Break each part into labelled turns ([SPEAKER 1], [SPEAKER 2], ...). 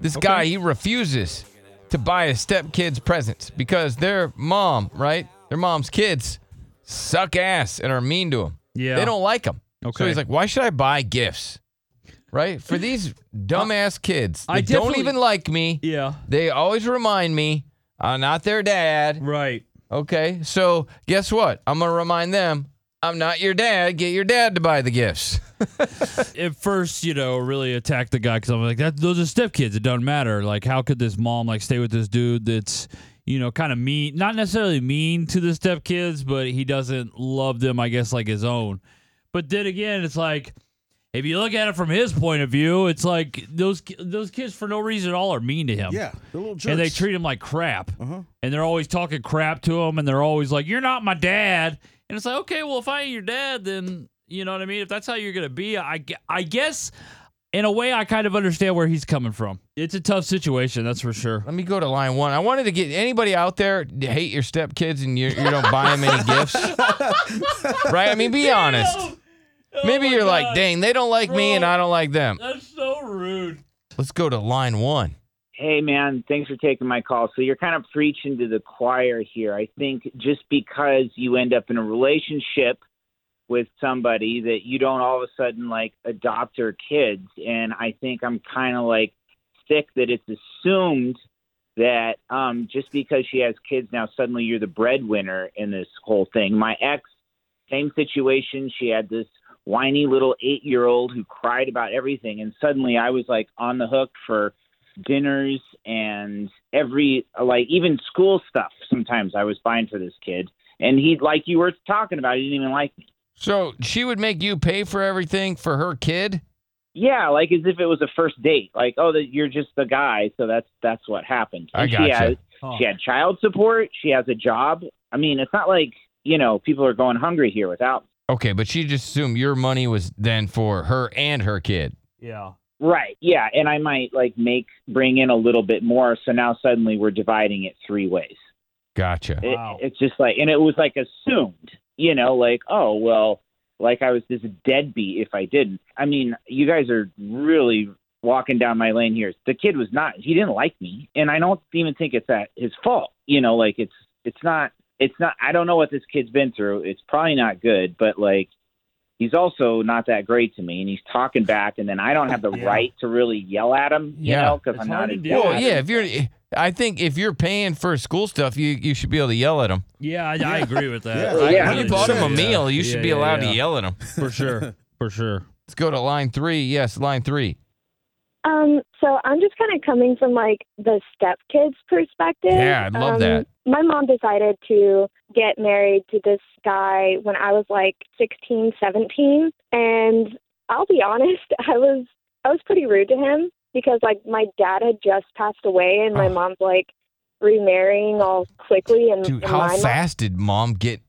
[SPEAKER 1] This
[SPEAKER 2] Okay.
[SPEAKER 1] guy, he refuses to buy his stepkids presents because their mom, right? Their mom's kids suck ass and are mean to him.
[SPEAKER 2] Yeah.
[SPEAKER 1] They don't like him. So
[SPEAKER 2] Okay.
[SPEAKER 1] he's like, why should I buy gifts? Right? For these dumbass kids
[SPEAKER 2] I
[SPEAKER 1] that don't
[SPEAKER 2] definitely-
[SPEAKER 1] even like me.
[SPEAKER 2] Yeah.
[SPEAKER 1] They always remind me I'm not their dad.
[SPEAKER 2] Right.
[SPEAKER 1] Okay. So guess what? I'm going to remind them I'm not your dad. Get your dad to buy the gifts.
[SPEAKER 3] at first, you know, really attacked the guy because I'm like, that those are stepkids. It doesn't matter. Like, how could this mom like stay with this dude that's you know kind of mean, not necessarily mean to the stepkids, but he doesn't love them, I guess, like his own. But then again, it's like if you look at it from his point of view, it's like those ki- those kids for no reason at all are mean to him.
[SPEAKER 4] Yeah, they're little jerks.
[SPEAKER 3] And they treat him like crap.
[SPEAKER 4] Uh-huh.
[SPEAKER 3] And they're always talking crap to him. And they're always like, you're not my dad. And it's like, okay, well, if I ain't your dad, then you know what I mean? If that's how you're going to be, I, gue- I guess in a way, I kind of understand where he's coming from. It's a tough situation, that's for sure.
[SPEAKER 1] Let me go to line one. I wanted to get anybody out there to hate your stepkids and you, you don't buy them any gifts. Right? I mean, be honest. Maybe you're like, dang, they don't like me and
[SPEAKER 3] Oh Bro.
[SPEAKER 1] I don't like them.
[SPEAKER 3] That's so rude.
[SPEAKER 1] Let's go to line one.
[SPEAKER 5] Hey, man, thanks for taking my call. So you're kind of preaching to the choir here. I think just because you end up in a relationship with somebody that you don't all of a sudden like adopt their kids. And I think I'm kind of like sick that it's assumed that um, just because she has kids now, suddenly you're the breadwinner in this whole thing. My ex, same situation. She had this whiny little eight year old who cried about everything. And suddenly I was like on the hook for dinners and every like even school stuff sometimes I was buying for this kid. And he like you were talking about, he didn't even like me.
[SPEAKER 1] So she would make you pay for everything for her kid?
[SPEAKER 5] Yeah, like as if it was a first date. Like, oh that you're just the guy, so that's that's what happened.
[SPEAKER 1] I
[SPEAKER 5] And she
[SPEAKER 1] gotcha.
[SPEAKER 5] has
[SPEAKER 3] Huh.
[SPEAKER 5] she had child support, she has a job. I mean, it's not like, you know, people are going hungry here without
[SPEAKER 1] Okay, but she just assumed your money was then for her and her kid.
[SPEAKER 3] Yeah.
[SPEAKER 5] Right, yeah. And I might like make bring in a little bit more, so now suddenly we're dividing it three ways.
[SPEAKER 1] Gotcha.
[SPEAKER 5] It,
[SPEAKER 3] Wow.
[SPEAKER 5] It's just like, and it was like assumed, you know, like, oh, well, like I was this deadbeat if I didn't. I mean, you guys are really walking down my lane here. The kid was not, he didn't like me. And I don't even think it's that his fault, you know, like it's, it's not, it's not, I don't know what this kid's been through. It's probably not good, but like, he's also not that great to me and he's talking back and then I don't have the
[SPEAKER 3] Yeah.
[SPEAKER 5] right to really yell at him, you
[SPEAKER 1] Yeah.
[SPEAKER 5] know, because
[SPEAKER 3] It's
[SPEAKER 5] I'm
[SPEAKER 3] hard
[SPEAKER 5] not
[SPEAKER 3] to
[SPEAKER 5] his
[SPEAKER 3] do.
[SPEAKER 5] dad.
[SPEAKER 1] Well, yeah, if you're I think if you're paying for school stuff, you, you should be able to yell at them.
[SPEAKER 3] Yeah, I, I agree with that.
[SPEAKER 4] Yeah.
[SPEAKER 3] I
[SPEAKER 5] Yeah.
[SPEAKER 1] When
[SPEAKER 3] really
[SPEAKER 1] you bought
[SPEAKER 3] do.
[SPEAKER 1] them a
[SPEAKER 3] Yeah.
[SPEAKER 1] meal, you
[SPEAKER 3] Yeah,
[SPEAKER 1] should be
[SPEAKER 3] yeah,
[SPEAKER 1] allowed
[SPEAKER 3] yeah.
[SPEAKER 1] to yell at them.
[SPEAKER 3] For sure. For sure.
[SPEAKER 1] Let's go to line three. Yes, line three.
[SPEAKER 6] Um, so I'm just kind of coming from like the stepkids perspective.
[SPEAKER 1] Yeah, I'd love
[SPEAKER 6] um,
[SPEAKER 1] that.
[SPEAKER 6] My mom decided to get married to this guy when I was like 16, 17, and I'll be honest, I was I was pretty rude to him because like my dad had just passed away and my
[SPEAKER 1] Oh.
[SPEAKER 6] mom's like remarrying all quickly and,
[SPEAKER 1] Dude,
[SPEAKER 6] and
[SPEAKER 1] how
[SPEAKER 6] my mom-
[SPEAKER 1] fast did mom get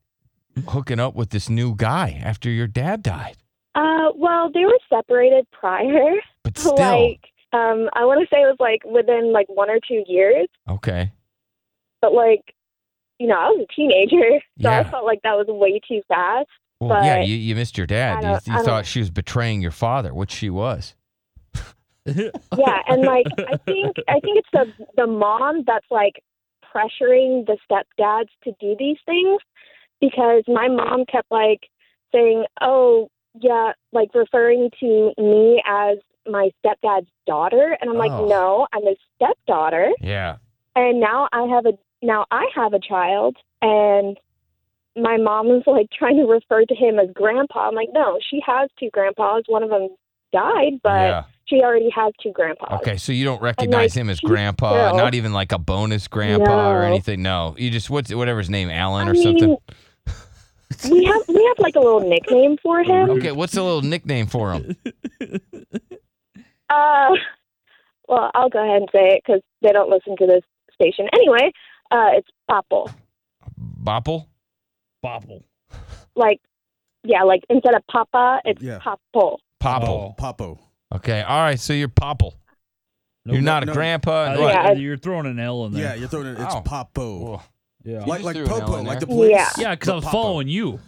[SPEAKER 1] hooking up with this new guy after your dad died?
[SPEAKER 6] Uh, well, they were separated prior.
[SPEAKER 1] But still,
[SPEAKER 6] Like, um, I want to say it was like within like one or two years.
[SPEAKER 1] okay.
[SPEAKER 6] but like you know i was a teenager so
[SPEAKER 1] Yeah.
[SPEAKER 6] i felt like that was way too fast
[SPEAKER 1] Well, yeah,
[SPEAKER 6] but
[SPEAKER 1] you, you missed your
[SPEAKER 6] I
[SPEAKER 1] dad.
[SPEAKER 6] don't-
[SPEAKER 1] You,
[SPEAKER 6] I
[SPEAKER 1] you
[SPEAKER 6] don't-
[SPEAKER 1] thought she was betraying your father, which she was.
[SPEAKER 6] yeah and like i think i think it's the the mom that's like pressuring the stepdads to do these things because my mom kept like saying oh yeah like referring to me as my stepdad's daughter and i'm like
[SPEAKER 1] Oh.
[SPEAKER 6] no i'm his stepdaughter
[SPEAKER 1] Yeah.
[SPEAKER 6] and now I have a now I have a child, and my mom is like trying to refer to him as grandpa. I'm like, no, she has two grandpas. One of them died, but
[SPEAKER 1] yeah.
[SPEAKER 6] she already has two grandpas.
[SPEAKER 1] Okay, so you don't recognize him as
[SPEAKER 6] she's
[SPEAKER 1] grandpa,
[SPEAKER 6] still-
[SPEAKER 1] not even like a bonus grandpa or
[SPEAKER 6] No.
[SPEAKER 1] anything. No, you just what's whatever his name, Alan
[SPEAKER 6] I
[SPEAKER 1] or something.
[SPEAKER 6] mean, we have we have like a little nickname for him.
[SPEAKER 1] Okay, what's a little nickname for him?
[SPEAKER 6] Uh, well, I'll go ahead and say it because they don't listen to this station anyway. Uh, it's Popple.
[SPEAKER 1] Bopple.
[SPEAKER 3] Bopple.
[SPEAKER 6] Like, yeah, like instead of Papa, it's
[SPEAKER 4] Yeah.
[SPEAKER 6] Popple.
[SPEAKER 1] Popple.
[SPEAKER 4] Popo.
[SPEAKER 1] Okay, all right. So you're Popple.
[SPEAKER 3] Nope.
[SPEAKER 1] you're not a
[SPEAKER 4] no. Uh,
[SPEAKER 1] grandpa.
[SPEAKER 3] I
[SPEAKER 1] and
[SPEAKER 3] think
[SPEAKER 1] what?
[SPEAKER 6] Yeah.
[SPEAKER 3] You're throwing an L in there.
[SPEAKER 4] Yeah, you're throwing it. It's
[SPEAKER 1] Ow.
[SPEAKER 4] Popo.
[SPEAKER 1] Well, You
[SPEAKER 3] Yeah.
[SPEAKER 4] Like
[SPEAKER 1] just
[SPEAKER 4] like
[SPEAKER 1] threw an L
[SPEAKER 4] Popo,
[SPEAKER 1] in
[SPEAKER 4] like
[SPEAKER 1] there.
[SPEAKER 4] the police.
[SPEAKER 6] Yeah.
[SPEAKER 3] Yeah, because I was
[SPEAKER 4] Papa.
[SPEAKER 3] following you.